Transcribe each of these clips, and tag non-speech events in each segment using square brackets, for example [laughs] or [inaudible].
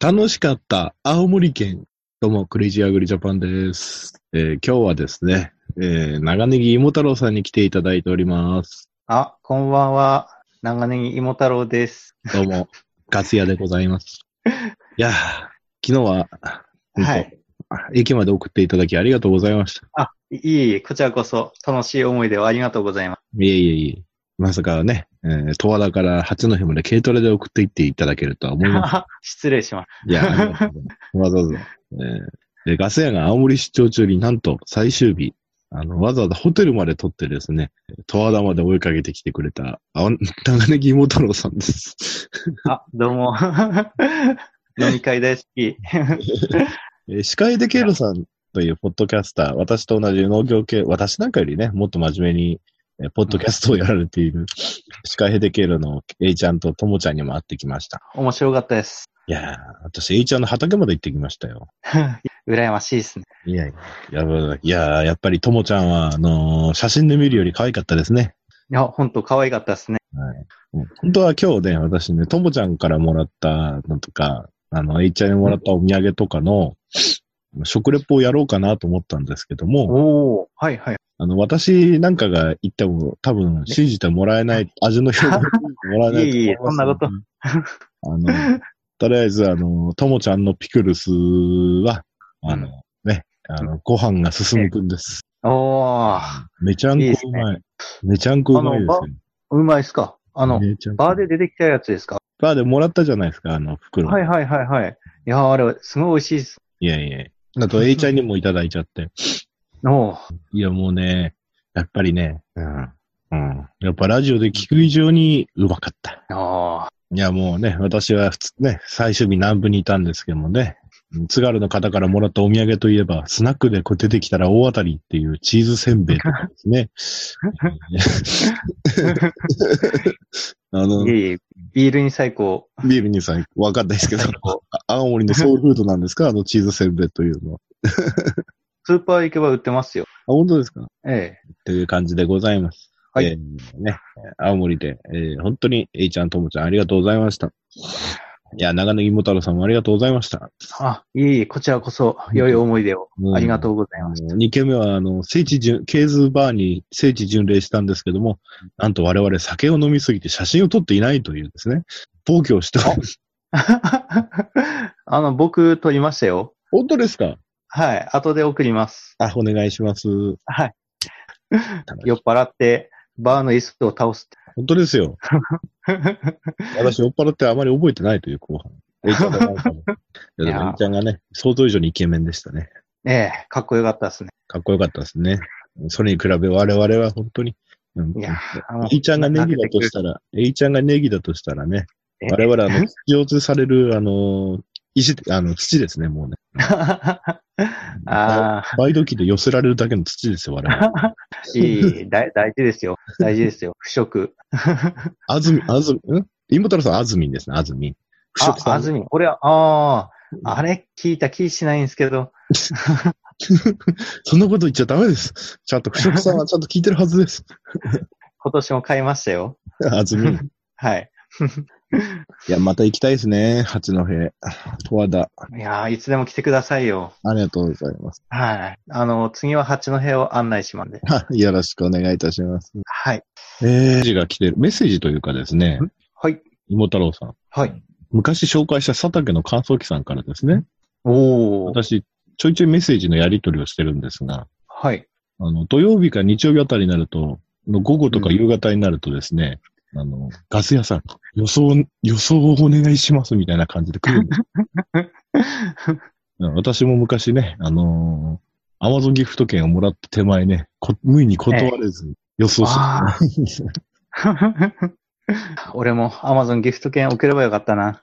楽しかった青森県。どうも、クレイジーアグリジャパンです。えー今日はですね、えー長ネギ芋太郎さんに来ていただいております。あ、こんばんは。長ネギ芋太郎です。どうも、 [laughs] ガツヤでございます。いやー、昨日は、本当、はい。駅まで送っていただきありがとうございました。あ、いえいえ、こちらこそ楽しい思い出をありがとうございます。いえいえいえ。まさかね、えー、十和田から八戸まで軽トラで送っていっていただけるとは思いません [laughs] 失礼します。いや、ありがとうございますわざわざ。えーで、ガス屋が青森出張中になんと最終日、あの、わざわざホテルまで撮ってですね、十和田まで追いかけてきてくれた、あ長ネギ芋太郎さんです。 [laughs] あ、どうも。 [laughs] 飲み会大好き。えー、司会でケイロさんというポッドキャスター、私と同じ農業系、私なんかよりね、もっと真面目に、えーポッドキャストをやられている、司会ヘデケイロのエイちゃんとともちゃんにも会ってきました。面白かったです。いやー、私エイちゃんの畑まで行ってきましたよ。羨ましいですね。いやいや、やいや、やっぱりともちゃんは、あのー写真で見るより可愛かったですね。いや、ほんと可愛かったですね。うん本当は今日ね、私ね、ともちゃんからもらったのとか、あの、H ちゃんにもらったお土産とかの、食レポをやろうかなと思ったんですけども、おー、はいはい。あの、私なんかが言っても多分信じてもらえない、味の評価をもらえないえ [laughs] いえそんなことと思いますので。あの、とりあえず、あの、ともちゃんのピクルスは、あの、ね、あの、ご飯が進むくんです。おー、めちゃんこうまい。めちゃんこうまいですよ。うまいっすかあの、めちゃんこバーで出てきたやつですかバーでもらったじゃないですか、あの袋。はいはいはいはい。いや、あれ、すごい美味しいです。いやいや。あと、A ちゃんにもいただいちゃって。おー、いや、もうね、やっぱりね、うん。うん。やっぱラジオで聞く以上にうまかった。あいや、もうね、私は普通ね、最終日南部にいたんですけどもね、うん津軽の方からもらったお土産といえば、スナックでこう出てきたら大当たりっていうチーズせんべいとかです [laughs] ね。 [laughs] あのー、い、えいえ、ビールに最高。ビールにさ、わかんないですけど、あ青森のソウルフードなんですか [laughs] あのチーズせんべいというのは。スーパー行けば売ってますよ。あ、本当ですかええ。という感じでございます。はいえーね、青森で、えー本当に、えいちゃん、ともちゃん、ありがとうございました。いや、長野芋太郎さんもありがとうございました。あ、いえいえ、こちらこそ、良い思い出を、ありがとうございました。 2軒目は、あの、聖地巡、ケーズバーに聖地巡礼したんですけども、なんと我々酒を飲みすぎて写真を撮っていないというですね、暴挙をしております。 [laughs] あの、僕、撮りましたよ。本当ですかはい。後で送ります。あ、お願いします。はい。楽し酔っ払って、バーの椅子を倒す。 [laughs] 本当ですよ。私、酔っ払ってあまり覚えてないという後 [laughs] 半。えいちゃんがなんかもいやでいやも、えいちゃんがね、想像以上にイケメンでしたね。ええ、かっこよかったですね。かっこよかったですね。それに比べ我々は本当に。うんいや、あのえいちゃんがネギだとしたら、えいちゃんがネギだとしたらね、え我々はあの、必要とされる、あの、石、あの、土ですね、もうね。 [laughs] あバイド機で寄せられるだけの土ですよ、我 [laughs] 々。あ、いいいい、大大事ですよ。大事ですよ。腐食。あずみ、あずみ、ん今太郎さん、あずみんですね、あずみん。腐あ食、さんあずみん。これは、ああ、あれ聞いた気しないんですけど。そんなこと言っちゃダメです。ちゃんと、腐食さんはちゃんと聞いてるはず [laughs] です。今年も買いましたよ。あずみん。 [laughs] はい。いや、また行きたいですね。八戸、十和田。いやーいつでも来てくださいよ。ありがとうございます。 [laughs] はい。あの、次は八戸を案内しますんで。はいよろしくお願いいたします。はい。えー、メッセージが来てる。メッセージというかですね、はい。芋太郎さん。はい。昔紹介した佐竹の乾燥機さんからですね、おー。私、ちょいちょいメッセージのやり取りをしてるんですが、はい。あの、土曜日か日曜日あたりになると、の午後とか夕方になるとですね、あの、ガス屋さん、予想、予想をお願いしますみたいな感じで来るんですうん私も昔ね、あのー、アマゾンギフト券をもらった手前ね、こ無意に断れず予想あして、 [laughs] 俺も Amazon ギフト券送ればよかったな。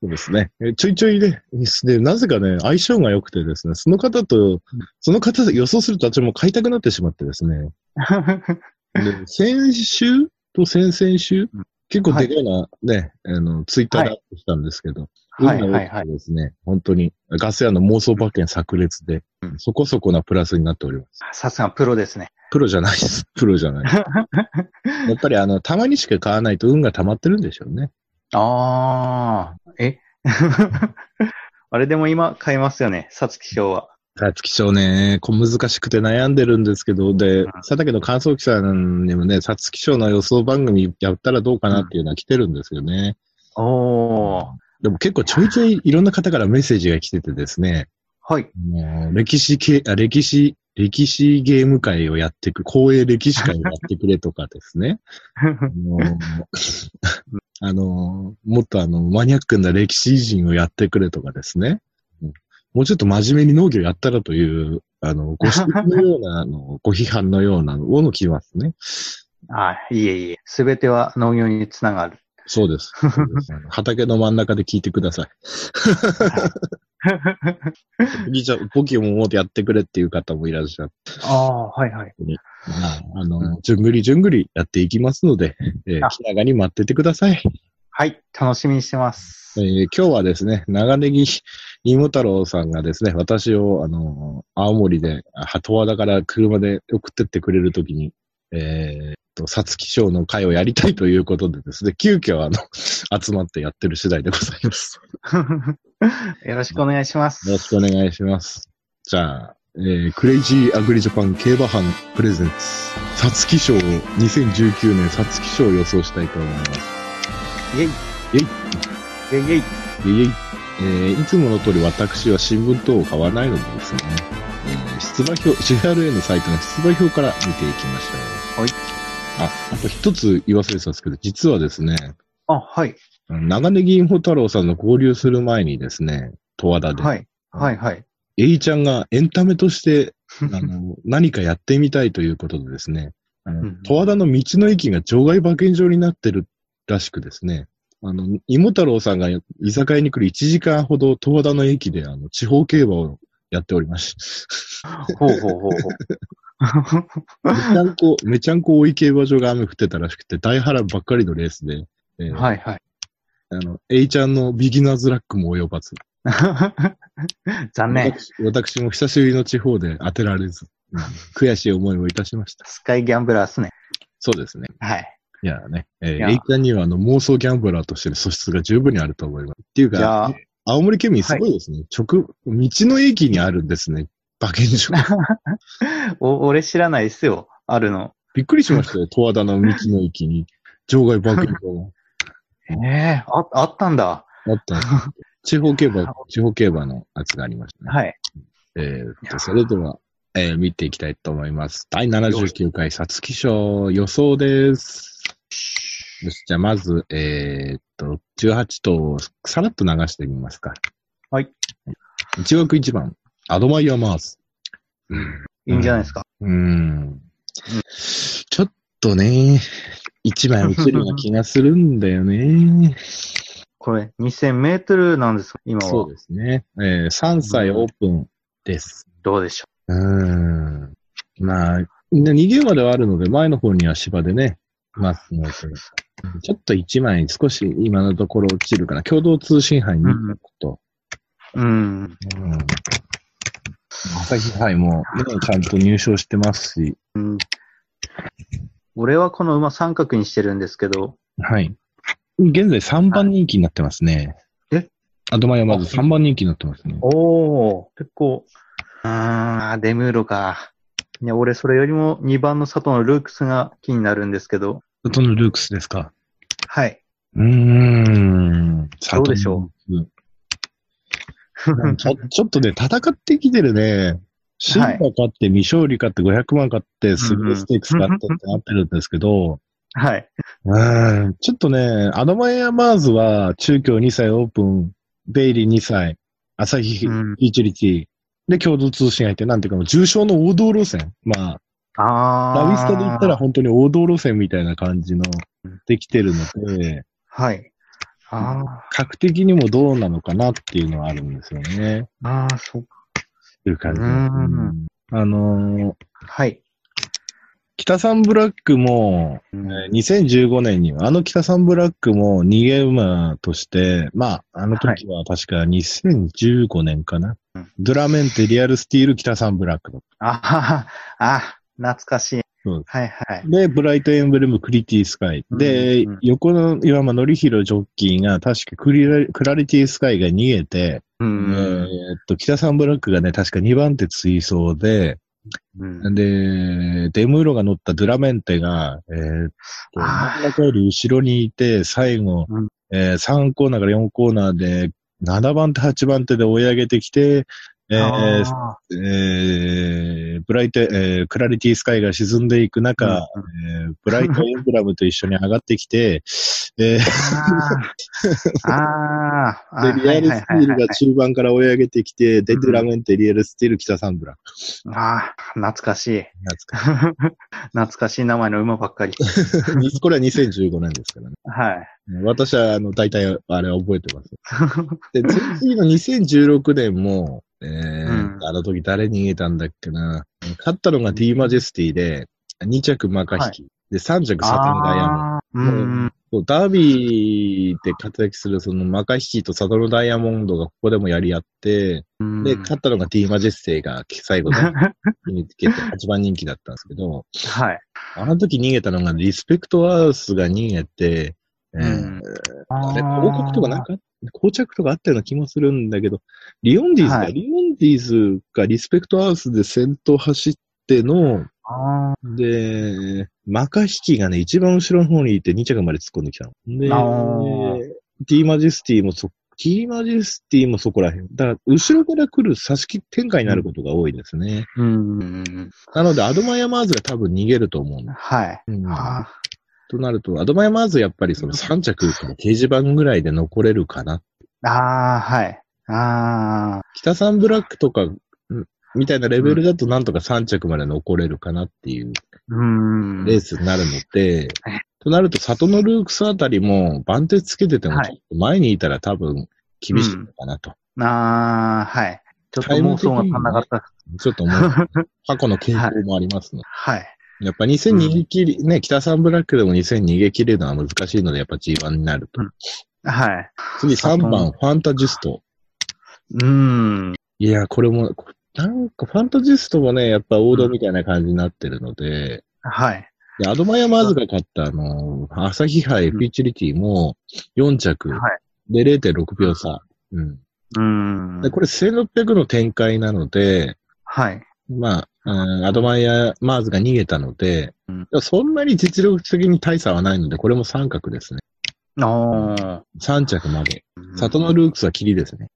そうですね。えちょいちょいね、で、なぜかね、相性が良くてですね、その方と、その方で予想すると私も買いたくなってしまってですね、 [laughs] で先週と先々週、結構でかいな、ね、あの、ツイッターでアップしたんですけど、はい運が良くてはいはいですね、本当にガス屋の妄想馬券炸裂で、うんそこそこなプラスになっております。さすがプロですね。プロじゃないです。 [laughs] プロじゃない。やっぱりあの、たまにしか買わないと運が溜まってるんでしょうね。あー。え [laughs] あれでも今買えますよね、さつき賞は。さつき賞ね、こう難しくて悩んでるんですけど、で、佐竹の乾燥記さんにもね、さつき賞の予想番組やったらどうかなっていうのは来てるんですよね。おー。でも結構ちょいちょいいろんな方からメッセージが来ててですね、はい。もう歴史系、あ歴史、歴史ゲーム会をやってく、公営歴史会をやってくれとかですね。あのーあのー、もっとあの、マニアックな歴史偉人をやってくれとかですね。うんもうちょっと真面目に農業やったらという、あの、ご指摘のような、あの、ご批判のようなのをのきますね。 [laughs] あ、いえいえ。すべては農業につながる。そうです。そうですあの畑の真ん中で聞いてください。 [laughs] ポキちゃん、ポキを持ってやってくれっていう方もいらっしゃる。ああ、はいはい。まあ、あの、じゅんぐりじゅんぐりやっていきますので、えーあ気長に待っててください。はい、楽しみにしてます。えー今日はですね、長ネギ芋太郎さんがですね、私を、あのー青森で、あ十和田から車で送ってってくれるときに、えーっと、さつき賞の会をやりたいということでですね、急遽、あの、 [laughs] 集まってやってる次第でございます。 [laughs] よろしくお願いします。よろしくお願いします。じゃあ、えークレイジーアグリジャパン競馬班プレゼンツ、さつき賞2019年さつき賞を予想したいと思います。イェイイイェイイェイでいえいえーいつもの通り私は新聞等を買わないのでですね、えー出馬表、CRA のサイトの出馬表から見ていきましょう。はい。あ、あと一つ言わせてたんですけど、実はですね、あ、はい、長ネギインフォ太郎さんの合流する前にですね、十和田で、はい、はい、はい。エイちゃんがエンタメとして、あ [laughs] の、何かやってみたいということでですね、あうのん十和田の道の駅が場外馬券場になってるらしくですね、あの、芋太郎さんが居酒屋に来る1時間ほど十和田の駅で、あの、地方競馬をやっておりま [laughs] した。ほうほ [laughs] うほうほう。めちゃんこ、めちゃんこ大井競馬場が雨降ってたらしくて、大波乱ばっかりのレースで、えーはい、はい。あの、エイちゃんのビギナーズラックも及ばず、 [laughs] 残念。私私も久しぶりの地方で当てられず、うん悔しい思いをいたしました。スカイギャンブラーっすね。そうですね。はい。いやね、えいー、やエイちゃんにはあの妄想ギャンブラーとしての素質が十分にあると思います。っていういやか、青森県民すごいですね。直、道の駅にあるんですね。馬券 [laughs] 場。お、俺知らないっすよ。あるの。びっくりしましたよ。十和田の道の駅に、場外馬券場ええあ、あったんだ。があったんです [laughs] よ。地方競馬、地方競馬のやつがありましたね。はい。えーと、それでは、えー見ていきたいと思います。第79回皐月賞予想です。よし、じゃあまず、えーっと、18頭をさらっと流してみますか。はい。 1枠1番、アドマイヤーマーズ。いいんじゃないですか。うーん。ちょっとね、1枚落ちるような気がするんだよね。これ、2000メートルなんですよ今そはう。ですね。えー、3歳オープンです。どうでしょうーん。まあ、逃げ馬ではあるので、前の方には芝でね、ますので、ちょっと1枚少し今のところ落ちるかな。共同通信杯に行くと、う。ううん。ん朝日杯も、ね、ちゃんと入賞してますし、うん俺はこの馬三角にしてるんですけど、はい。現在3番人気になってますね。えアドマイはまず3番人気になってますね。おお、結構。あー、デムーロか。いや、俺それよりも2番の佐藤のルークスが気になるんですけど。外のルークスですか。はい。うーん。どうでしょう [laughs] ちょちょっとね、戦ってきてるね。シンバ買って、未勝利買って、500万買って、スルーステークス買ってってなってるんですけど、はい。うんちょっとね、アドマイアマーズは、中京2歳オープン、ベイリー2歳、朝日フうんィーチュリティ、で、共同通信相手、なんていうかもう、重症の王道路線。まあ、あー。ラビスタで言ったら本当に王道路線みたいな感じの、できてるので、はい。あ格的にもどうなのかなっていうのはあるんですよね。ー、あー、そうか。いう感じ。うんあのーはい。北サンブラックも、うんえー2015年には、あの北サンブラックも逃げ馬として、まあ、あの時は確か2015年かな。うんドラメンテリアルスティール北サンブラックだ。あはは、あ、懐かしい。そうはいはい。で、ブライトエンブレム、クリティスカイ。で、うんうん横の岩間典弘ジョッキーが、確かクリラクラリティスカイが逃げて、えーうん。っと、北サンブラックがね、確か2番手追走で、うん。で、デムーロが乗ったドゥラメンテが、えーっと、あ真ーん中より後ろにいて、最後、うんえー3コーナーから4コーナーで、7番手、8番手で追い上げてきて、えーあえーブライト、えークラリティスカイが沈んでいく中、うんえーブライトエンブラムと一緒に上がってきて、えー [laughs] あー。あ [laughs] ーあーー。で、リアルスティールが中盤から追い上げてきて、デうんトゥラメンテ、リアルスティール、北サンブラ。ああ、懐かしい。 [laughs] 懐か懐かしい名前の馬ば [laughs] っかり。しい [laughs] これは2015年ですからね。 [laughs] はい。私は、あの、大体、あれ覚えてます。で、次の2016年も、えーうんあの時誰逃げたんだっけな。勝ったのが D マジェスティで、2着マカヒキ、で、3着サタンダイヤモンド。あーうん。そうダービーで活躍するそのマカヒキとサドルダイヤモンドがここでもやり合って、うんで、勝ったのがティーマジェスティが最後で [laughs] 決めつけて8番人気だったんですけど、はい。あの時逃げたのがリスペクトアースが逃げて、えーうんあれ、広告とかなんか、膠着とかあったような気もするんだけど、リオンディーズか、はいリオンディーズがリスペクトアースで先頭走っての、あで、マカヒキがね、一番後ろの方にいて2着まで突っ込んできたあの。ーで、ティーマジェスティもそ、ティーマジェスティもそこら辺。だから、後ろから来る差し切展開になることが多いですね。ーうん。なので、アドマイアマーズが多分逃げると思うんだ。はい。うんあーとなると、アドマイアマーズやっぱりその3着から掲示板ぐらいで残れるかな。あー、はい。ああ、北サンブラックとか、うんみたいなレベルだとなんとか3着まで残れるかなっていううん。レースになるのではい、となると、里のルークスあたりも、番手つけてても、はいちょっと前にいたら多分、厳しいのかなと。ああ、はい。ちょっと妄想が足んなかった。ちょっと思 [laughs] う。過去の傾向もありますね。はい。やっぱ2000逃げ切り、ね、北三ブラックでも2000逃げ切れるのは難しいので、やっぱ G1 になると。うんはい。次3番、里ファンタジスト。うん。いや、これも、なんかファンタジストもね、やっぱ王道みたいな感じになってるので、はい。でアドマイアマーズが勝った、あの、朝日杯フィーチュリティも4着はい。で0.6秒差。うん。うんで、。これ1600の展開なので、はい。まあ、うんアドマイア・マーズが逃げたので、うんでもそんなに実力的に大差はないので、これも三角ですね。おー。三着まで。里のルークスは霧ですね。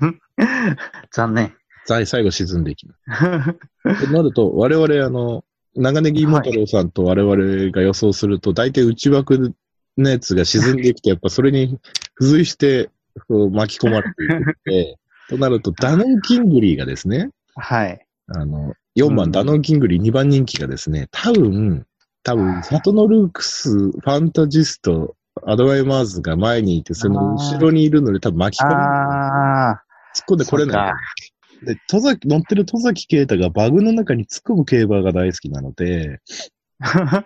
[laughs] 残念。最最後沈んでいきます。となると、我々、あの、長ネギモ太郎さんと我々が予想すると、大体内枠のやつが沈んできて、やっぱそれに付随してこう巻き込まれていくので、となると、ダノン・キングリーがですね、はい。あの、4う番、んダノン・キングリー2番人気がですね、多分、多分、里のルークス、ファンタジスト、アドバイマーズが前にいて、その後ろにいるので、多分巻きあ込む。あ突っ込んでこれない。で、戸崎、乗ってる戸崎啓太がバグの中に突っ込む競馬が大好きなので、ー。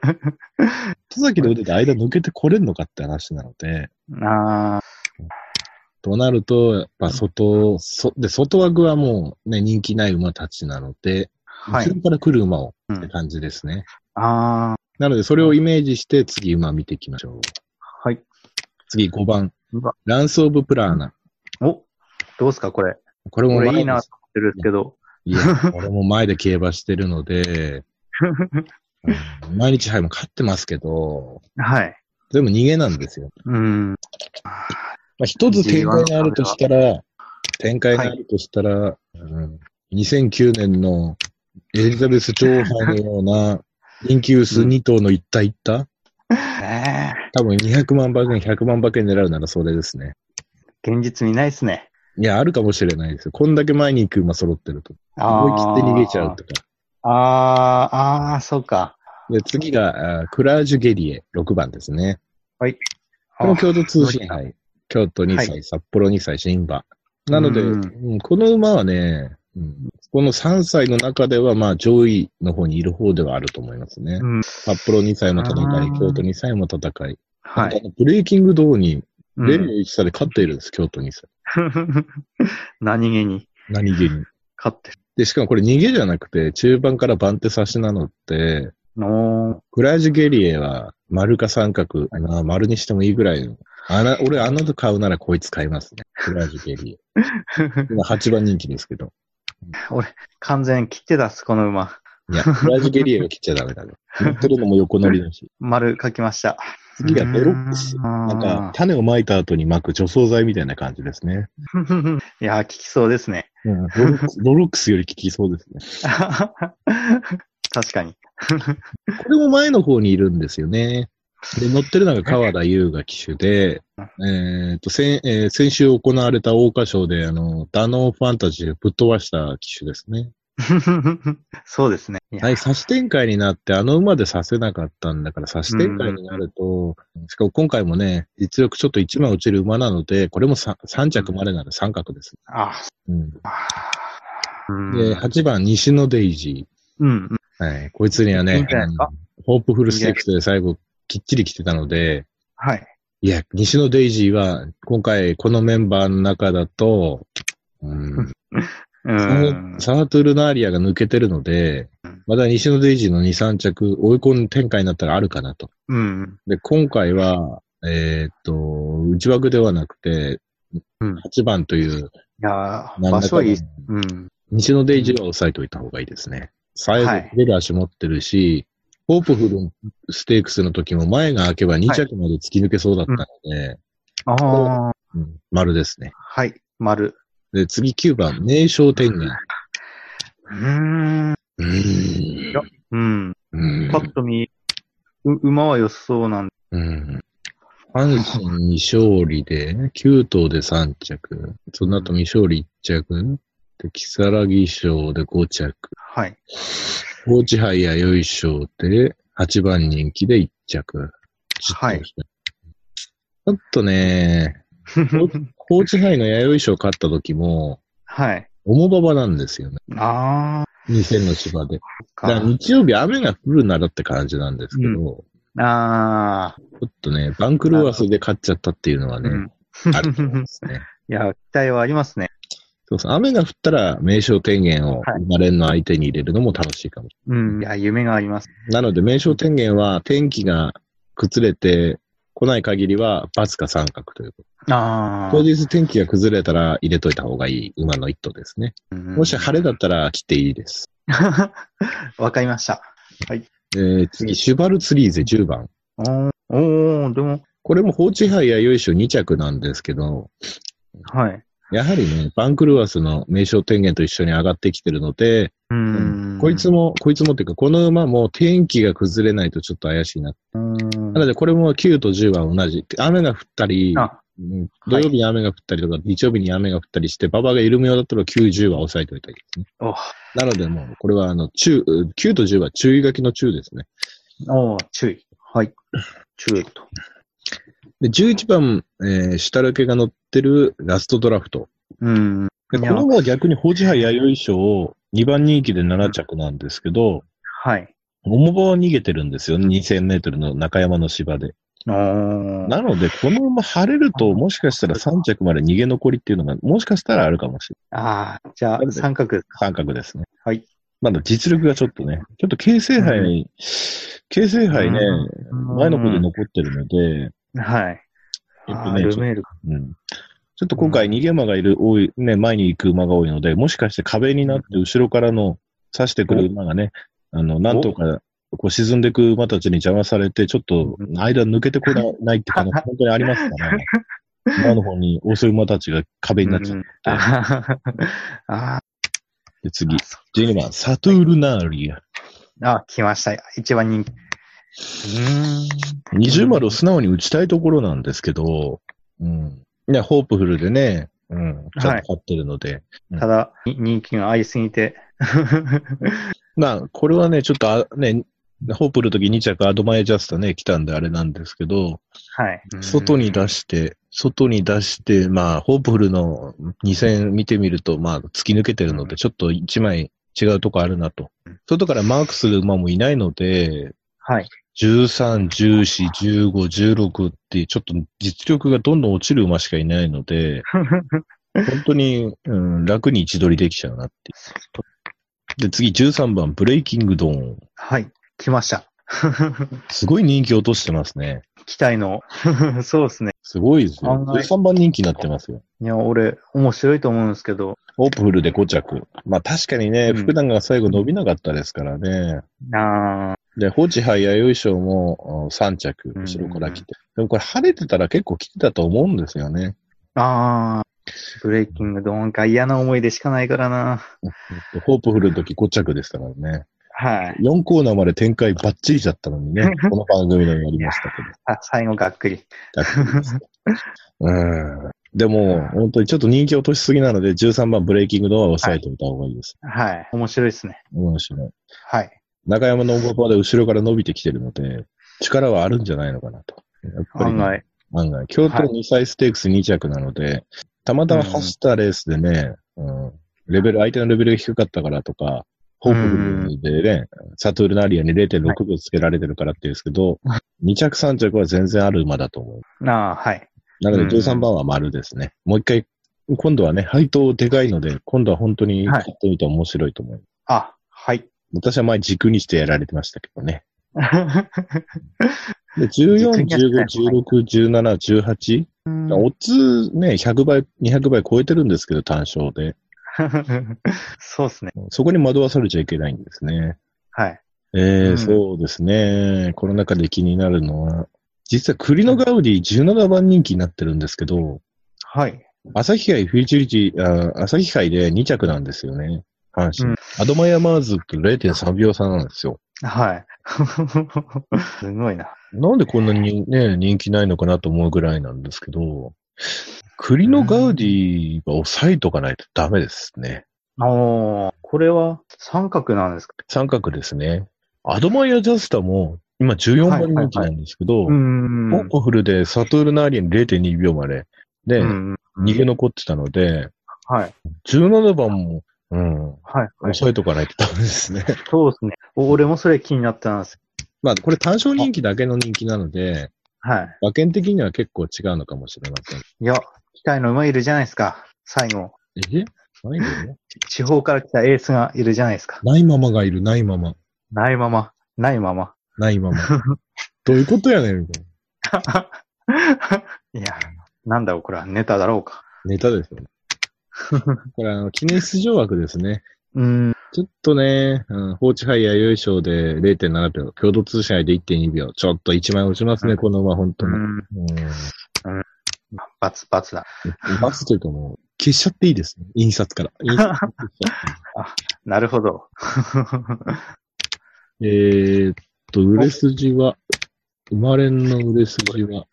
戸崎の腕で間抜けてこれんのかって話なので、 [laughs] ああ。となると、やっぱ外、そ、で、外枠はもうね、人気ない馬たちなので、は後い。ろから来る馬をうってん感じですね。ああ。なので、それをイメージして、次馬見ていきましょう。はい。次、5番うわ。ランス・オブ・プラーナ。おどうすか、これ。これもこ前れいいなと思ってるんですけど。 [laughs] いや、俺も前で競馬してるの [laughs] で、うん毎日杯も勝ってますけど、はい。全部逃げなんですよ。うん。まあ、一つ展開があるとしたら、展開があるとしたら、うん、2009年のエリザベス女王杯のような人気薄2頭の一体一体、ええ多分200万馬券、100万馬券狙うならそれですね。現実見ないですね。いや、あるかもしれないですよ。こんだけ前に行く馬揃ってると。あー思い切って逃げちゃうとか。あー、あー、そうか。で、次が、あークラージュゲリエ、6番ですね。こあれもー京都通信杯。京都2歳、は札幌2歳、新馬。なので、ううんんこの馬はね、うんこの3歳の中では、まあ、上位の方にいる方ではあると思いますね。うん札幌2歳も戦あい、ー京都2歳も戦い。はあい。のブレイキング道に、うんレミの1歳で勝っているんです、京都2歳。 [laughs] 何気に何気に。勝ってる。で、しかもこれ逃げじゃなくて、中盤から番手差しなのって、おークラージュゲリエは丸か三角、まあ、丸にしてもいいぐらいの。あな俺、あのと買うならこいつ買いますね。クラージュゲリエ。今8番人気ですけど。完全に切って出す、この馬。いや、クラージュゲリエは切っちゃダメだね。持ってるのも横乗りだし。丸書きました。次がベロックス。なんか、種をまいた後に巻く除草剤みたいな感じですね。うー [laughs] んいやー、効きそうですね。 [laughs] うん、ロロックスロロックスより効きそうですね。確かに。 [laughs] これも前の方にいるんですよね。で、乗ってるのが川田優雅騎手 [laughs] で、えっと、先、えー先週行われた桜花賞で、あの、ダノーファンタジーをぶっ飛ばした騎手ですね。そうですね。いやはい、差し展開になって、あの馬でさせなかったんだから、差し展開になると、しかも今回もね、実力ちょっと1枚落ちる馬なので、これも 3, 着までなら三角です。あうん。あで、8番、西野デイジうん。ー。はい、こいつにはいいねんじゃないですか、うんホープフルステークスで最後、きっちり来てたので、はい。いや、西野デイジーは、今回、このメンバーの中だと、うん、うサんー。サートゥルナーリアが抜けてるのでうん、まだ西野デイジーの2、3着、追い込む展開になったらあるかなと。うん。で、今回は、えーっと、内枠ではなくて、うん8番という、いやー真ん場所中はいのい。うん。西野デイジーは抑えておいた方がいいですね。最は後い、出る足持ってるし、ホープフルステークスの時も前が開けば2着まで突き抜けそうだったので、ああ。うん丸ですね。はい。丸。で、次9番、名称天元。うーん。うーんうん。うんパッと見、う馬は良さそうなんで。うん。阪神に勝利で、9頭で3着。その後未勝利1着。で、木更木賞で5着。はい。高知杯弥生賞で8番人気で1着。はいちょっとね、高知杯の弥生賞勝った時も、はい。重馬場なんですよね。あ2000の芝で。あ。だから日曜日雨が降るならって感じなんですけど、うんああ。ちょっとね、バンクルーアスで勝っちゃったっていうのはね、うんあると思うんですね。いや、期待はありますね。そうそう雨が降ったら名勝天元をはい生まれんの相手に入れるのも楽しいかも。うん。いや、夢があります。なので名勝天元は天気が崩れて来ない限りは×か三角ということ。ああ。当日天気が崩れたら入れといた方がいい馬の一頭ですね。ももし晴れだったら切っていいです。 [laughs] わかりました。えー次、シュバルツリーゼ10番。おーおー、でも、これも放置杯や優勝2着なんですけど、はい。やはりね、バンクルーアスの名勝天元と一緒に上がってきてるので、うーん。こいつも、こいつもっていうか、この馬も天気が崩れないとちょっと怪しいな。うーん。なので、これも9と10は同じ。雨が降ったり、あ、うん土曜日に雨が降ったりとか、日曜日に雨が降ったりして、馬場が緩むようだったら9、10は抑えておいたらいいですね。おなので、もう、これは、あの、中、9と10は注意書きの中ですね。おー注意。はい。注意と。で、11番、えー、シュタルケが乗ってるラストドラフト。うーん。でいこやの馬は逆に、法事杯弥生賞を2番人気で7着なんですけど、はい。重馬は逃げてるんですよね。2000メートルの中山の芝で。おーなので、このまま晴れると、もしかしたら3着まで逃げ残りっていうのが、もしかしたらあるかもしれああ、じゃあ、三角。ない。三角ですね。はい。まだ実力がちょっとね、ちょっと京成杯、う京成杯ね、前前の方で残ってるので、はい。えっあとーねルメール。うん。ちょっと今回逃げ馬がいる、多い、ね、前に行く馬が多いので、もしかして壁になって後ろからの刺してくる馬がね、あの、なんとか、こう沈んでいく馬たちに邪魔されて、ちょっと間抜けてこなないって可能性本当にありますからね。馬の方に遅い馬たちが壁になっちゃう。うんあーあで、次ー、、そ12番、サトゥールナーリア。 [laughs] あ、来ました。一番人気。うーん。 20丸を素直に打ちたいところなんですけど、うん。ね、ホープフルでね、うん、ちゃんと勝ってるので、ただ、に人気がありすぎて。 [laughs] まあ、これはね、ちょっとあ、ね、ホープの時2着アドマイジャスタね、来たんであれなんですけど、はい。外に出して、外に出して、まあ、ホープフルの2戦見てみると、まあ、突き抜けてるのうで、ちょっと1枚違うとこあるなと。外からマークする馬もいないので、はい。 13、14、15、16って、ちょっと実力がどんどん落ちる馬しかいないの [laughs] で、本当に、うん、楽に位置取りできちゃうなっていう。で、次13番、ブレイキングドーン。はい。来ました。 [laughs] すごい人気落としてますね。期待の。 [laughs] そうですね。すごいですよ。案外13番人気になってますよ。いや、俺、面白いと思うんですけど、オープフルで5着。まあ確かにね、うん福永が最後伸びなかったですからね。あで、ホチハイ弥生賞もあ3着、後ろから来て。でもこれ晴れてたら結構来てたと思うんですよね。ー、あー、ブレイキングドーンか嫌な思いでしかないからな。でホープフルの時5着ですからね。はい。 4コーナーまで展開バッチリだったのにね、この番組でもやりましたけど。あ、最後がっくり。うん。でも、本当にちょっと人気落としすぎなので、13番ブレイキングドアを押さえておいた方がいいです。はい。面白いですね。面白い。はい。中山のパパで後ろから伸びてきてるので、力はあるんじゃないのかなと。やっぱり案ね、外。案外。京都2歳ステークス2着なので、たまたま走ったレースでね、うんレベル、相手のレベルが低かったからとか、ホープフルでね、サトゥルナリアに0.6秒つけられてるからって言うんですけど、2着3着は全然ある馬だと思う。なあ、はい。なのでうん13番は丸ですね。もう一回、今度はね、配当でかいので、今度は本当に買ってみて面白いと思います。あ、はい。 [laughs] 私は前軸にしてやられてましたけどね。で、14、軸にやってた15、16、17、18。オッズね、100倍、200倍超えてるんですけど、単勝で。そうですね。そこに惑わされちゃいけないんですね。はい。えーうんそうですね。この中で気になるのは、実は栗のガウディ17番人気になってるんですけど、はい。朝日杯フューチュリティ、あ朝日杯で2着なんですよね。阪神。うんアドマイアマーズと0.3秒差なんですよ。はい。 [laughs] すごいな。なんでこんなにね、人気ないのかなと思うぐらいなんですけど、栗のガウディは抑えとかないとダメですね。おー、これは三角なんですか三角ですね。アドマイア・ジャスタも、今14番人気なんですけど、うーん。ポッコフルでサトゥールナーリン0.2秒まで、で、うん。逃げ残ってたので、はい。 17番も、うん、はい。はい、抑えとかないとダメですね。そうですね。俺もそれ気になったんです。 [laughs] まあ、これ単勝人気だけの人気なので、はい。馬券的には結構違うのかもしれません。いや、期待の馬いるじゃないですか。最後。えないよ。地方から来たエースがいるじゃないですか。ないままがいる、ないまま。ないまま。ないまま。 [laughs] ないまま。どういうことやねん、みたいいや、なんだろう、これはネタだろうか。な。ネタですよね。これ、あの、記念出場枠ですね。うーん。ちょっとね、うん、放置杯や優勝で0.7秒、共同通信杯で1.2秒。ちょっと1枚落ちますね、うんこの馬、本当うに。うん。ん。バツバツだ。バスというかもう、消しちゃっていいですね。印刷から。印刷から消しちゃってなるほど。 [laughs] えーっと、売れ筋は、生まれんの売れ筋は、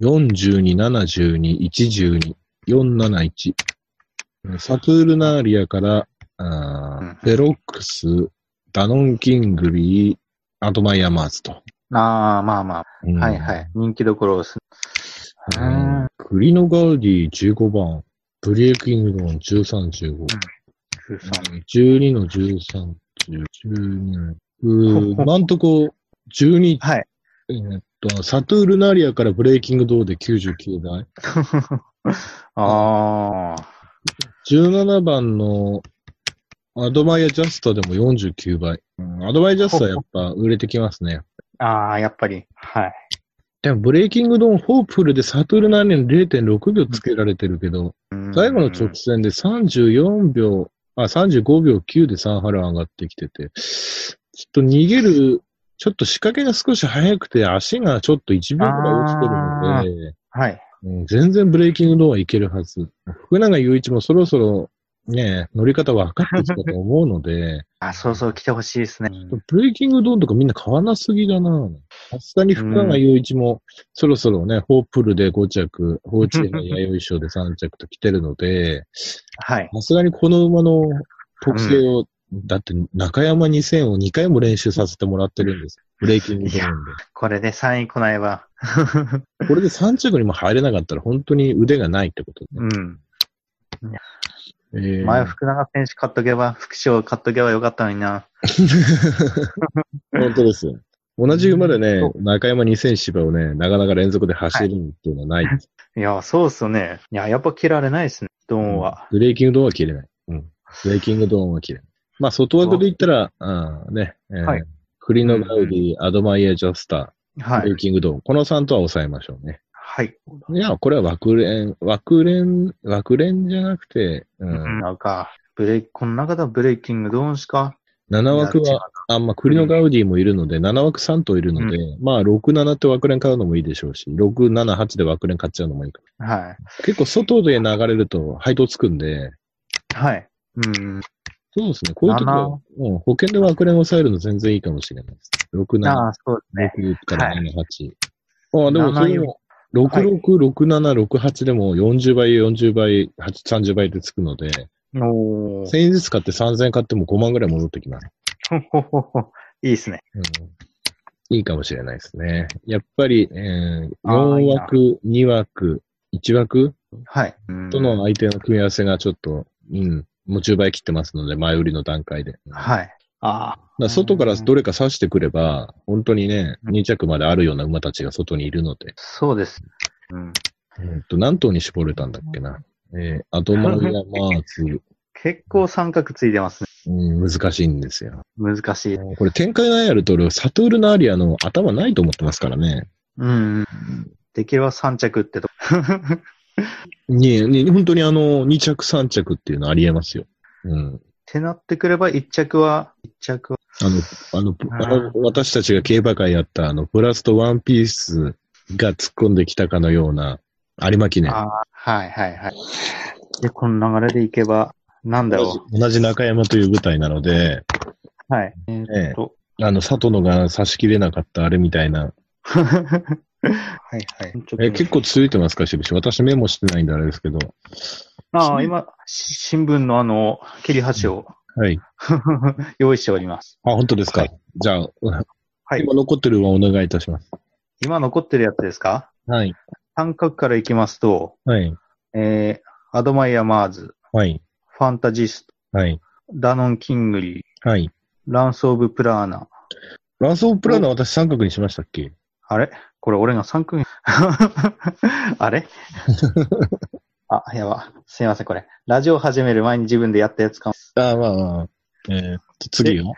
42、72、112、471。サトゥールナーリアから、あうんーフェロックス、ダノンキングビー、アドマイアマーズと。ああ、まあまあ。うんはいはい。。人気どころをす。ううんん。クリノガウディ15番、ブレイキングドーン13、15。12の13、12、うー [laughs] ん、なんとこ、12、はい。えーっと、サトゥールナリアからブレイキングドーで99台。ああ。 17番のアドマイア・ジャスタでも49倍。うんアドマイア・ジャスタはやっぱ売れてきますね。ああ、やっぱり。はい。でもブレイキングドーンホープフルでサトゥールナリアに0.6秒つけられてるけど、最後の直線で34秒、あ、35秒9でサンハル上がってきてて、ちょっと逃げる、ちょっと仕掛けが少し早くて足がちょっと1秒ぐらい落ちてるので、はい。うん全然ブレイキングドアはいけるはず。福永祐一もそろそろね、乗り方分かってきたと思うので、 [laughs] あ、そうそう、来てほしいですね。ブレイキングドーンとかみんな買わなすぎだな。さすがに福永祐一もそろそろね、ホープルで5着、ホーチェが弥生賞で3着と来てるので、はい。さすがにこの馬の特性を、だって中山2000を2回も練習させてもらってるんです。ブレイキングドーンこれで3位来ないわ。で。これで3着にも入れなかったら本当に腕がないってことね。うん。えー前、福永選手買っとけば、副賞買っとけばよかったのにな。本当ですよ。同じ馬でねそ、中山2000芝をね、なかなか連続で走るっていうのはないです。いや、そうっすよね。いや、やっぱ切られないですね、ドーンは。ブレイキングドーンは切れない。うん。ブレイキングドーンは切れない。まあ、外枠で言ったら、あーね、えーはいフリノガウディ、アドマイエ・ジョスター、はベいー。キングドーン。この3とは抑えましょうね。はい。いや、これは枠連、枠連、枠連じゃなくて、うん、なんか、ブレイこの中ではブレイキングドーンしか。 7枠いや違うは、あんまあ、クリノガウディもいるので、7枠3といるので、まあ、6、7って枠連買うのもいいでしょうし、6、7、8で枠連買っちゃうのもいいかはも結構、外で流れると配当つくんで、い。はい。うん。そうですね。こういうとこは、うん、保険で枠連抑えるの全然いいかもしれないです。6、あ7、あ、そうですね。 6から7、8。ああ、でもそれも、はい66、67、68でも40倍、40倍、8 30倍でつくので、おー1000円ずつ買って3000円買っても5万ぐらい戻ってきます。ほほほほ [laughs] いいですね。うんいいかもしれないですね。やっぱり、えー、あー4枠、2枠、1枠はい。うんとの相手の組み合わせがちょっと、うん、もう10倍切ってますので、前売りの段階で。だかはい。あらあ。外からうんどれか刺してくれば、本当にね、うん2着まであるような馬たちが外にいるので、そうです。うん。うんと何頭に絞れたんだっけな。えー、アドマリア・マーツ、結構三角ついてますね。うん、難しいんですよ。難しい。これ展開がやると、俺、サトゥールのアリアの頭ないと思ってますからね。うん。できれば三着ってとこ。ねえ、ねえ本当にあの、2着3着っていうのありえますよ。うん。ってなってくれば、一着は、一着は、あの、あの、ああの私たちが競馬会やった、あの、ブラストワンピースが突っ込んできたかのような、有馬記念。ああ、はいはいはい。で、この流れでいけば、なんだろ同じ中山という舞台なので、う。はい。ええーっと。あの、里野が差し切れなかったあれみたいな。はいはい。ちょっとえ、結構続いてますか、しぶし。私メモしてないんであれですけど。ああ、今、し新聞のあの、切り端をはい。 [laughs] 用意しております。あ、本当ですか。はじゃあ、はい今残ってるはお願いいたします。今残ってるやつですかはい。三角からいきますと、はい。えー、アドマイア・マーズ、はい。ファンタジスト、はい。ダノン・キングリー、はい。ランス・オブ・プラーナ。ランスオブプランナー私三角にしましたっけあれこれ俺が三組。 [laughs] [laughs] あれあ、やば。すいません、これ。ラジオ始める前に自分でやったやつかも。ああ、まあまあ。えーっと、次よ。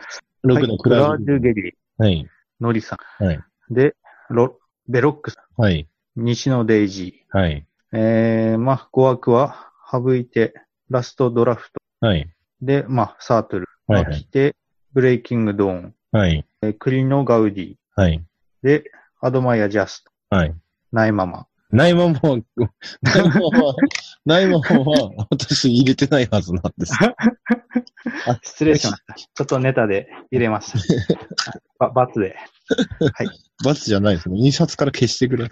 6のクラはいウクラージュ・ゲリー、はい。ノリさん。はいで、ロ、ベロックス、はい。西野デイジはい。ー。えー、まあ、5枠は省いて、ラストドラフト。はい。で、まあ、サートル。はい。が来て、ブレイキング・ドーン。はい。えークリノ・ガウディ。はい。で、アドマイア・ジャスト。はい。ナイママ。ないままは、 [laughs] ないままは、ないままは、私入れてないはずなんです。失礼しました。ちょっとネタで入れ [laughs] ました。ば、バツで。罰じゃないですね。印刷から消してくれ。 [laughs]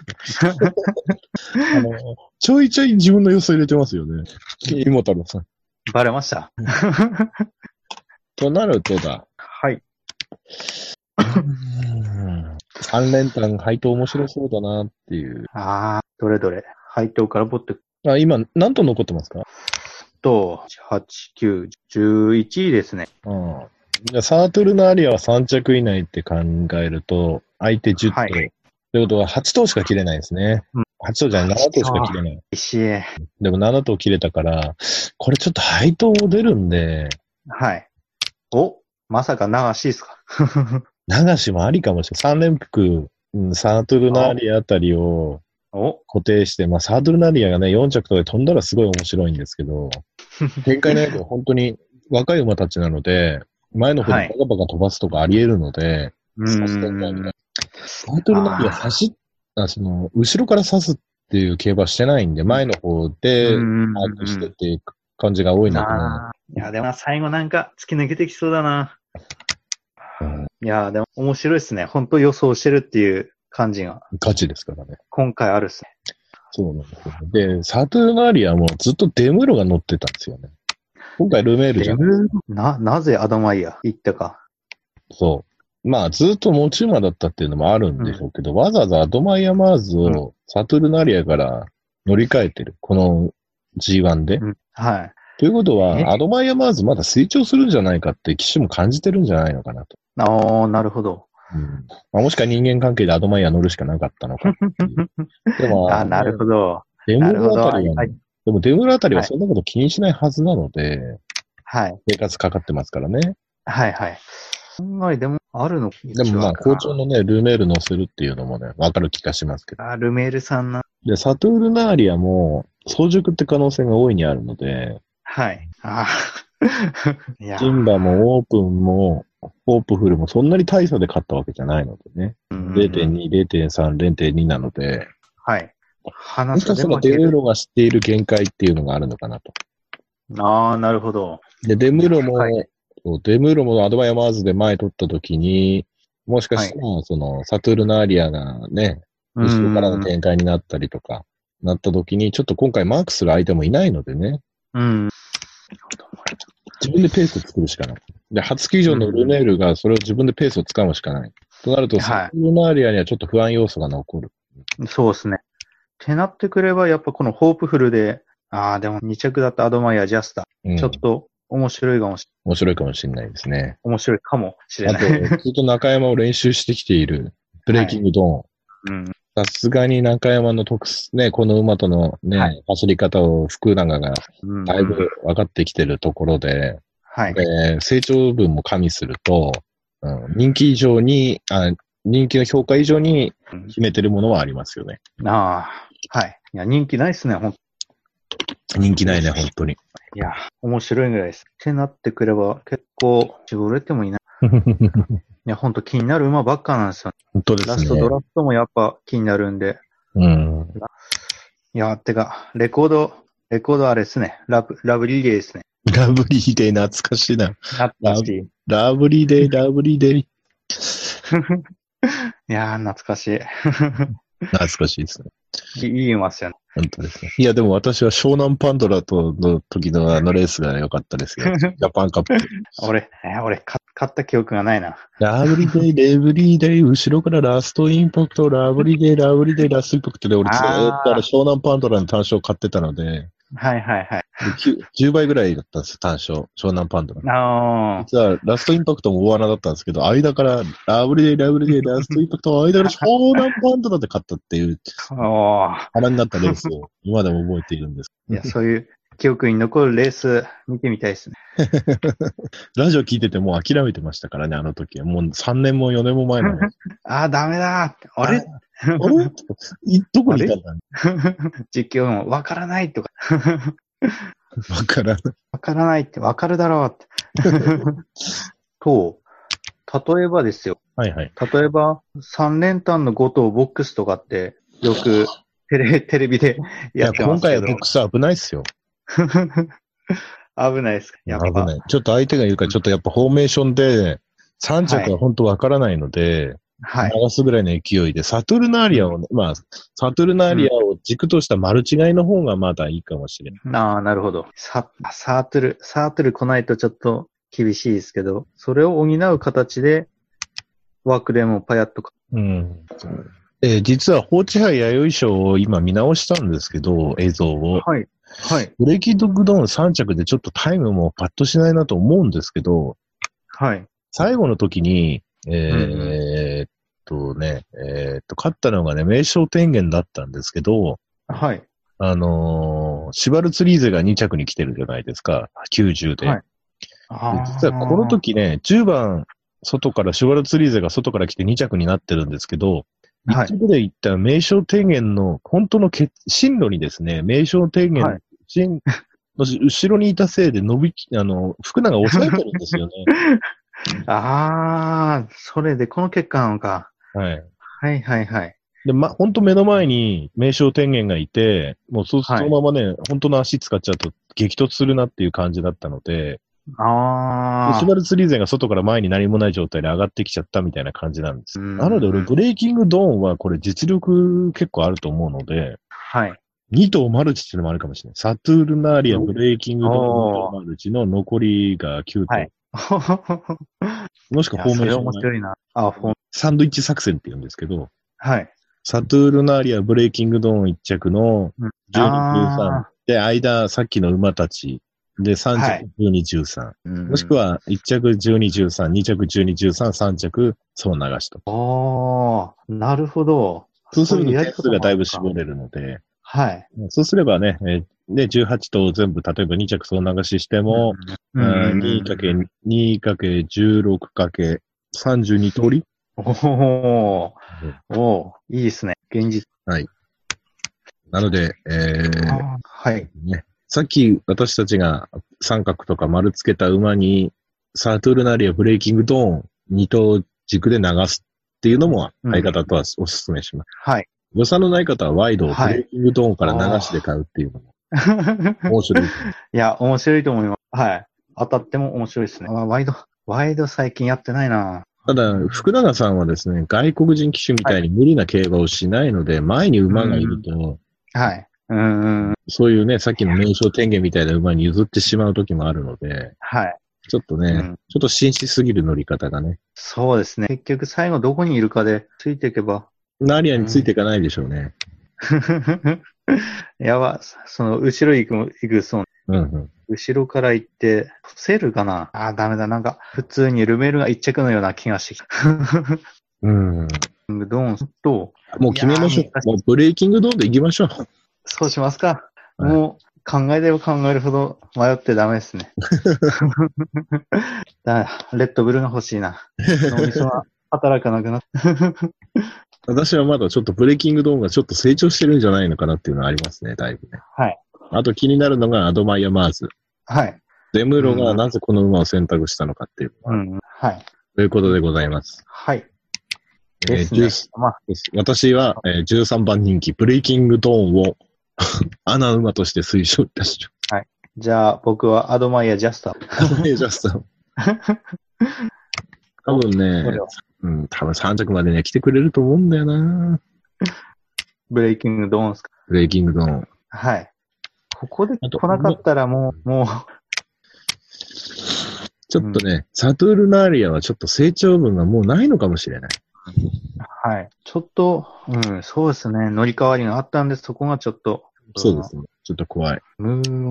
あの、ちょいちょい自分の予想入れてますよね。イモ太郎さん。バレ [laughs] ました。となるとだ。はい。三連単配当面白そうだなっていう。あー、どれどれ。配当からボットあ、今、何と残ってますかと、8、9、11位ですね。うん。じゃあサートルのアリアは3着以内って考えると、相手10頭。はいということは、8頭しか切れないですね。うん8頭じゃない、7頭しか切れない。石江。でも7頭切れたから、これちょっと配当も出るんで、はい。おまさか流しですか流しもありかもしれない。3連服、うん、サートルのアリアあたりをお固定して、まあ、サートルのアリアがね、4着とかで飛んだらすごい面白いんですけ [laughs] ど、展開のやつは本当に若い馬たちなので、前の方にバカバカ飛ばすとかあり得るので、う刺す展開みたいんな。タイトルナビは刺し、あその、後ろから刺すっていう競馬してないんで、前の方で、うん把握してっていく感じが多いので、あーいや、でも最後なんか突き抜けてきそうだな。うんいや、でも面白いですね。本当予想してるっていう感じがガチですからね。今回あるっすね。そうなんですよ。で、サトゥーナーリアもずっとデムロが乗ってたんですよね。今回ルメールじゃん。な、なぜアドマイヤ行ったか。そう。まあ、ずっと持ち馬だったっていうのもあるんでしょうけど、わざわざアドマイヤマーズをサトゥルナーリアから乗り換えてる。この G1 で。うんはい。ということえは、アドマイヤマーズまだ成長するんじゃないかって騎手も感じてるんじゃないのかなと。ああ、なるほど。うんまあ、もしか人間関係でアドマイヤ乗るしかなかったの [laughs] かっていう。でも、あなるほど。デなムるほルど。あたはりいは、。でもデムルあたりははいそんなこと気にしないはずなので、はい。生活かかってますからね。はい。はい。すんごい、でも、あるのでもまあ、校長。のね、ルメール乗せるっていうのもね、わかる気がしますけど。あ、ルメールさんな。で、サトゥールナーリアも、早熟って可能性が大いにあるので、はい。あー [laughs] いや、ジンバもオープンも、オープフルもそんなに大差で勝ったわけじゃないのでね。うん0.2、0.3、0.2なので、はい。も話しかしすたでらもデ出ムる。ロが知っている限界っていうのがあるのかなと。ああ、なるほど。で、デムロも、はそうデムロもアドバイアマーズで前取った時に、もしかしたら、その、サトゥルナーリアがね、後ろからの展開になったりとか、なった時に、ちょっと今回マークする相手もいないのでね、うん。自分でペースを作るしかない。で、初球場のルネールがそれを自分でペースを掴むしかない。となると、はいサトゥルナーリアにはちょっと不安要素が残る。そうですね。ってなってくれば、やっぱこのホープフルで、ああ、でも2着だったアドマイヤー、ジャスタ、うん、ちょっと面白いかもし、面白いかもしれないですね。面白いかもしれあなと、い。ずっと中山を練習してきている、ブレイキングドーン。うん。さすがに中山の特す、ね、この馬とのね、は走り方を福永がうんだいぶ分かってきてるところで、はい。えー成長分も加味すると、うん、人気以上にあ、人気の評価以上にうん秘めてるものはありますよね。ああ、はい。いや、人気ないっすね、ほん人気ないね、本当 [laughs] に。いや、面白いぐらいです。ってなってくれば、結構、絞れてもいない。いや、ほんと気になる馬ばっかなんですよ、本当でラスすトねド。ラフトもやっぱ気になるんで。うん。いや、てか、レコード、レコードあれですね。ラブ、ラブリレーですね。ラブリーデー懐かしいな。なったし。いラブリーデー、ラブリーデー。やー、懐かし懐かしいですね。い。いいいい馬っすよね。 [laughs] 本当ですね。いや、でも私は湘南パンドラとの時のあのレースが良かった [laughs] ですよ。ジャパンカップ。俺、えー俺、か買った記憶がないな。ラブリーデイ、レブリーデイ、後ろからラストインパクト、ラブリーデイ、ラブリーデイ、ラストインパクトで、俺ずーっとあれ湘南パンドラの単勝買ってたので、ではいはいはい。きゅ10倍ぐらいだったんですよ、単勝。湘南パンドラ。あ実はラストインパクトも大穴だったんですけど、間からラブリーデイ、ラブリーデイ、ラストインパクト、間から湘南パンドラで勝ったっていうー。おー。腹になったレースを今でも覚えているんです。 [laughs] いや、そういう記憶に残るレース見てみたいですね。ラジオ聞いててもう諦めてましたからね、あの時は。もう3年も4年も前 [laughs] の。あー、ダメだーって。あれあれいどこにいたんだ [laughs] 実況もわからないとか、わからない。わからないって、わかるだろうって。 [laughs] と、例えばですよ。はいはい。例えば、三連単の5頭ボックスとかって、よくテレテレビでいや、やってま今すけ回はど。ボックス危ないっすよ。危ないですか。やっぱ危ない。ちょっと相手がいるから、ちょっとやっぱフォーメーションで、3着は本当わからないので、はい。流すぐらいの勢いで、サトゥルナーリアをね、まあ、サトゥルナーリアを軸とした丸違いの方がまだいいかもしれない。ああ、なるほど。ササートル、サートル来ないとちょっと厳しいですけど、それを補う形で、ワークでもパヤッとか。うん。えー実は、放置杯弥生賞を今見直したんですけど、映像を。はい。はい。ブレーキドッグドーン3着でちょっとタイムもパッとしないなと思うんですけど、はい。最後の時に、えーうんうんえーっとね、えーっと、勝ったのがね、名称天元だったんですけど、はい。あのーシュバルツリーゼが2着に来てるじゃないですか、90で。はいで実はこの時ね、10番、外から、シュバルツリーゼが外から来て2着になってるんですけど、は1い着で行った名称天元の本当のけ進路にですね、名称天元、はい進後ろにいたせいで伸びき、あの、福永を抑えてるんです [laughs] よね。ああ、それでこの結果なのか。はい。はいはいはい。で、ま、ほんと目の前に名称天元がいて、もうそそはいのままね、本当の足使っちゃうと激突するなっていう感じだったので、であシュバルツリーゼが外から前に何もない状態で上がってきちゃったみたいな感じなんです。うんなので俺、ブレイキングドーンはこれ実力結構あると思うので、あ、はい。 2頭マルチっていうのもあるかもしれない。サトゥールナーリア、ブレイキングドーン、おー2頭マルチの残りが9頭。はいもしくいはやフォーメーそれショ面ンが白いな。あ、フォン。サンドイッチ作戦って言うんですけど、はい。サトゥールナーリア、ブレイキングドーン1着のうん12、13あで、間、さっきの馬たち。で、3は着い、 12、13。ーもしく。は、1着、12、13、2着、12、13、3着、そう流しと。ああ、なるほど。そうすると点数がだいぶそう絞うやり方もあるのかれるので、はい。そうすればね、えーで、18頭全部、例えば2着そう流ししても、うん、 2×16×、 32通りおおおおーいいですね。現実。なので、えー、あーはい。ね、さっき私たちが三角とか丸つけた馬に、サートゥルナリア、ブレイキングドーン、二頭軸で流すっていうのもうん相方とはお勧めします。はい。 [laughs] 予算のない方はワイドをブはいレイキングドーンから流しで買うっていうのも面白いと思う。いや、面白いと思います。はい。当たっても面白いですね。あワイド、ワイド最近やってないなただ、福永さんはですね、外国人騎手みたいに無理な競馬をしないので、前に馬がいると、はい。うんうんうん。そういうね、さっきの名称天元みたいな馬に譲ってしまう時もあるので、はい。ちょっとね、うんちょっと紳士すぎる乗り方がね、そうですね。結局最後どこにいるかでついていけば。 [laughs] ナリアについていかないでしょうね。やば、その後ろ行くも、行く、そう。うんうん。後ろから行って、伏せるかなあー、ダメだ。なんか、普通にルメールが一着のような気がしてきた。 [laughs] うん。ドンと、もう決めましょいやー難しう。もうブレイキングドーンで行きましょう。 [laughs] そうしますか。はいもう、考えれば考えるほど迷ってダメですね。 [laughs] だレッドブルが欲しいな。脳みそは働かなくなった。私はまだちょっとブレイキングドーンがちょっと成長してるんじゃないのかなっていうのはありますね、だいぶね。はい。あと気になるのがアドマイヤ・マーズ。はい。デムロがうんなぜこの馬を選択したのかっていう、うん。はい。ということでございます。はい。えーですジュねース。まあ、です私は、えー13番人気、ブレイキングドーンを [laughs] 穴馬として推奨いたしじゃあ、僕はアドマイヤ・ジャスター。 [laughs] ます。アドマイヤジャスター。多分こねれを、うん、多分3着までね、来てくれると思うんだよなブレイキング・ドーンですか。ブレイキングドーン。はい。ここであと来なかったらもう、もう、ちょっとね、サトゥールナーリアはちょっと成長分がもうないのかもしれない。はい。ちょっと、うん、そうですね。乗り換わりがあったんです。そこがちょっと。そうですね。ちょっと怖い。ムーン。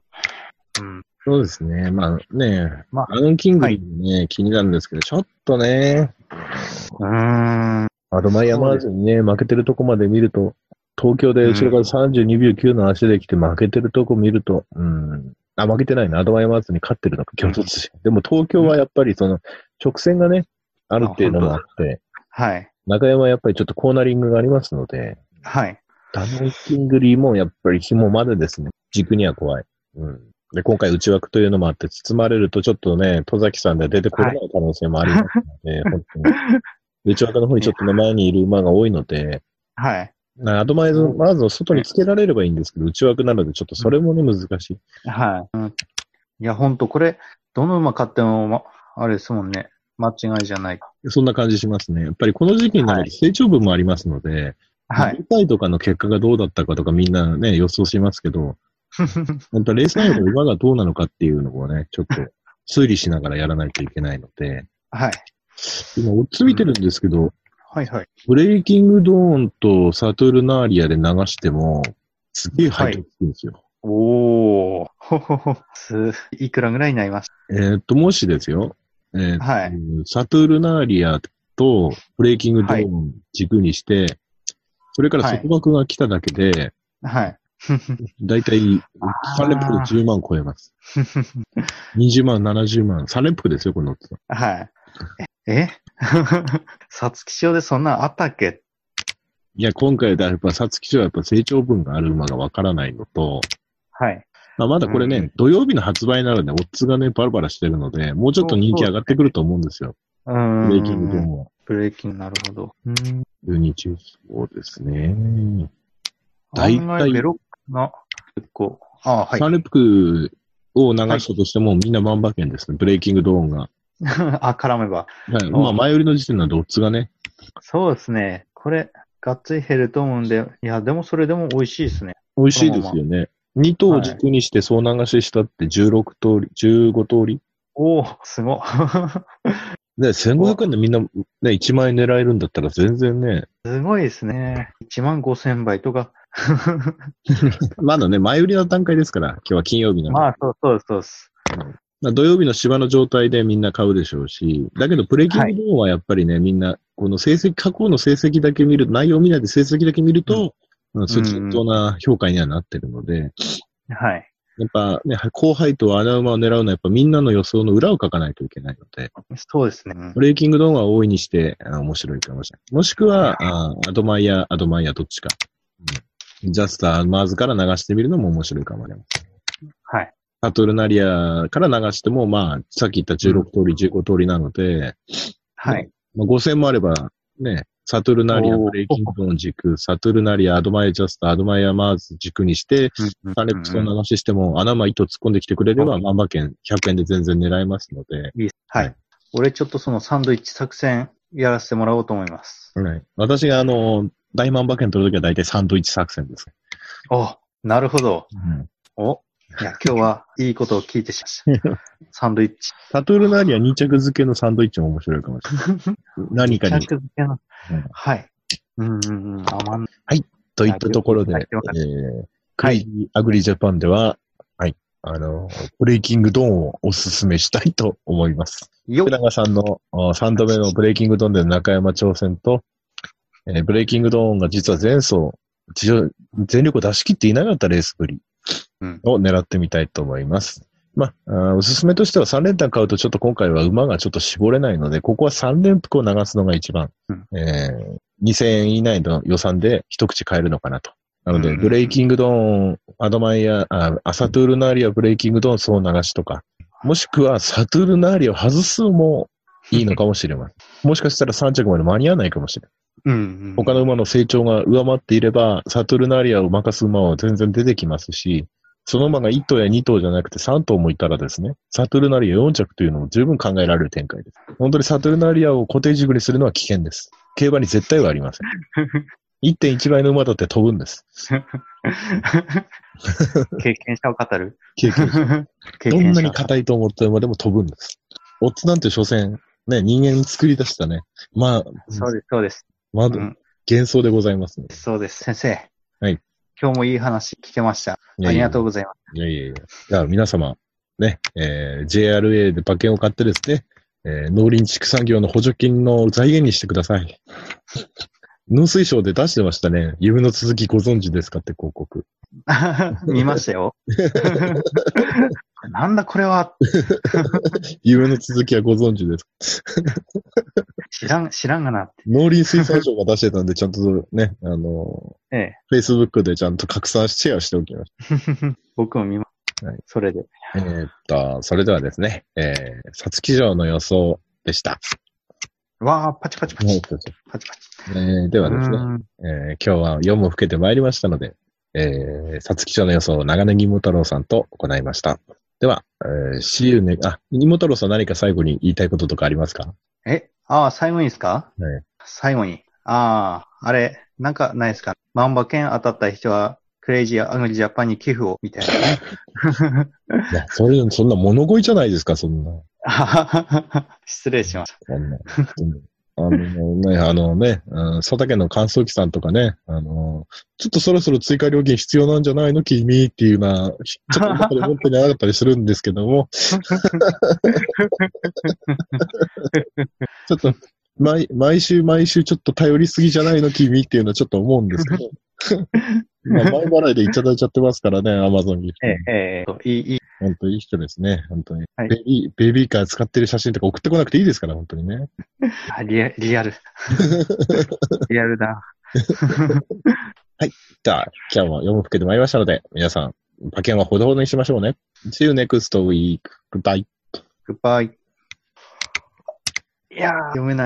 うん。そうですね。まあね、まアロン・キングリーもね、気になるんですけど、ちょっとね、うーん。アドマイヤ・マーズにね、負けてるとこまで見ると、東京で後ろから32秒9の足で来て負けてるとこ見ると、うん、あ、負けてないな。アドマイヤ・マーズに勝ってるのか、今日でも東京はやっぱりその、直線がね、あるっていうのもあって、はい。中山はやっぱりちょっとコーナリングがありますので、はい。ダノンキングリーもやっぱり紐までですね。軸には怖い。うん。で、今回内枠というのもあって、包まれるとちょっとね、戸崎さんで出てこれない可能性もありますので、本当に。内枠の方にちょっとね、前にいる馬が多いので、はい。なアドマイズ、マーズを外につけられればいいんですけど、内枠なのでちょっとそれもね、難しい。はい。うん、いや、ほんと、これ、どの馬買っても、ま、あれですもんね。間違いじゃない。そんな感じしますね。やっぱりこの時期になると成長分もありますので、はい。舞台とかの結果がどうだったかとかみんなね、予想しますけ [laughs] ど、本当はレース内容の馬がどうなのかっていうのをね、ちょっと推理しながらやらないといけないので、はい。今、追っつ見てるんですけど、はいはい。ブレイキングドーンとサトゥルナーリアで流しても、すげえ配当つくんですよ。おー。ほほほ。す、いくらぐらいになりますえーっと、もしですよ、えーっとはいサトゥルナーリアとブレイキングドーン軸にして、それから束縛が来ただけで、はい。だいたい3連複で10万超え [laughs] ます。20万、70万、3連複ですよ、この。はい。え [laughs] さつき賞でそんなんあったっけいや、今回だ、やっぱ、皐月賞はやっぱ成長分がある馬がわからないのと、はい。まあ、まだこれね、う土曜日の発売なので、オッズがね、バラバラしてるので、もうちょっと人気上がってくると思うんですよ。うーん。ブレイキングドーンは。ブレーキング、なるほど。うーん。 12中、そうですね。大体案外ベロックが結構。ああ、はいサ。ンレプクを流したとしても、みんな万馬券ですね、ブレイキングドーンが。 [laughs] あ、絡めば。はい、まあ、前売りの時点なんで、オッズがね、そうですね。これ、がっつり減ると思うんで、いや、でもそれでも美味しいですね。美味しいですよね。2頭を軸にして総流ししたって16通り、15通り。おお、すごい。で、1500円でみんなね、1万円狙えるんだったら全然ね、 [laughs] すごいですね。1万5千倍とか。まだね、前売りの段階ですから、今日は金曜日なので。 [laughs] まあ、そうそうそうです。まあ、土曜日の芝の状態でみんな買うでしょうし、だけどプレイキングドーンはやっぱりね、みんな、この成績、過去の成績だけ見る、内容を見ないで成績だけ見ると、うん、そっちな評価にはなってるので、はい。やっぱね、後輩と穴馬を狙うのはやっぱみんなの予想の裏を書かないといけないので、そうですね。ブレイキングドーンは大いにしてあ面白いかもしれない。もしくは、あアドマイヤ、アドマイヤどっちか。うん、ジャスター、マーズから流してみるのも面白いかもしれない。はい。サトルナリアから流しても、まあ、さっき言った16通り、15通りなので、はい。まあ、5000もあれば、ね、サトルナリア、おーブレイキングドーン軸、サトルナリア、アドマイヤジャスター、アドマイヤマーズ軸にして、サンレックスのうんうん流ししても、穴間糸突っ込んできてくれれば、う万馬券100円で全然狙えますので、いいですははいい。俺ちょっとそのサンドイッチ作戦やらせてもらおうと思います。私があの、大万馬券取るときは大体サンドイッチ作戦です。お、なるほど。うん、お、いや、今日はいいことを聞いてしまいま [laughs] した。サンドイッチ。サトルナリア2着付けのサンドイッチも面白いかもしれない。何かに着。付けのうんはい。うんうんうん。あまんといったところで、はいえー、クレイジーアグリジャパンでは、はい、あの、ブレイキングドーンをおすすめしたいと思います。よ福永さんの3度目のブレイキングドーンでの中山挑戦と、えーブレイキングドーンが実は前走、地上全力を出し切っていなかったレースぶりうんを狙ってみたいと思います。まあ、あーおすすめとしては3連単買うとちょっと今回は馬がちょっと絞れないので、ここは3連服を流すのが一番、うんえー2000円以内の予算で一口買えるのかなと。なのうで、んブレイキングドーン、アドマイヤ、あアサトゥールナーリア、ブレイキングドーン、総流しとか、もしくはサトゥールナーリアを外すのもいいのかもしれません。もしかしたら3着まで間に合わないかもしれない。うんうん。他の馬の成長が上回っていれば、サトゥルナーリアを任す馬は全然出てきますし、その馬が1頭や2頭じゃなくて3頭もいたらですね、サトゥルナーリア4着というのも十分考えられる展開です。本当にサトゥルナーリアを固定軸にするのは危険です。競馬に絶対はありません。1.1倍の馬だって飛ぶんです。 [laughs] 経験者を語る。経験 [laughs] 経どん験な者に。硬いと思った馬でも飛ぶんです。オッズなんて所詮、ね、人間作り出したね。まあ、そうです、そうです。まうだん幻想でございますね。そうです。先生。はい。今日もいい話聞けました。ありがとうございます。い [laughs] やいやいや。じゃあ皆様、ね、えー JRA で馬券を買ってですね、えー農林畜産業の補助金の財源にしてください。 [laughs] 農水省で出してましたね。夢の続きご存知ですかって広告。見ましたよ。 [laughs] なんだこれは夢の続きはご存知ですか。知らん、知らんがなって。農林水産省が出してたんで、ちゃんとね、あのええ。ー、Facebook でちゃんと拡散し、シェアしておきまし僕も見ます。はいそれで。た。えーっと、それではですね、えー、皐月賞の予想でした。わあ、パチパチパチ。パチパチ。えーではですねう、んえー今日は4も吹けてまいりましたので、えー、さつき賞の予想を長年銀太郎さんと行いました。では、えー、see you ne- あ、銀太郎さん何か最後に言いたいこととかありますかえ、ああ、最後にですかはい最後に。ああ、あれ、なんかないですか万馬券当たった人は、クレイジーアグリジャパンに寄付を、みたいなね。いや、それ、そんな物乞いじゃないですか、そんな。あははは [laughs] 失礼しました。そんな。うんあのね、あのね、うん佐竹の乾燥機さんとかね、あの、ちょっとそろそろ追加料金必要なんじゃないの君っていうな、ちょっと今まで思ってなかったりするんですけども、ちょっと、毎、毎週毎週ちょっと頼りすぎじゃないの君っていうのはちょっと思うんですけど、まあ前払いでいただいちゃってますからね、アマゾンに。え [laughs] え、ええ、いい、いい。本当いい人ですね、本当に。はいベビー、ベビーカー使ってる写真とか送ってこなくていいですから、本当にね。あリアリ [laughs] アル。リアルだ。じゃあ、今日も読むふけてまいりましたので、皆さん、馬券はほどほどにしましょうね。See you next week. Goodbye. グッバイ。いやー、読めない。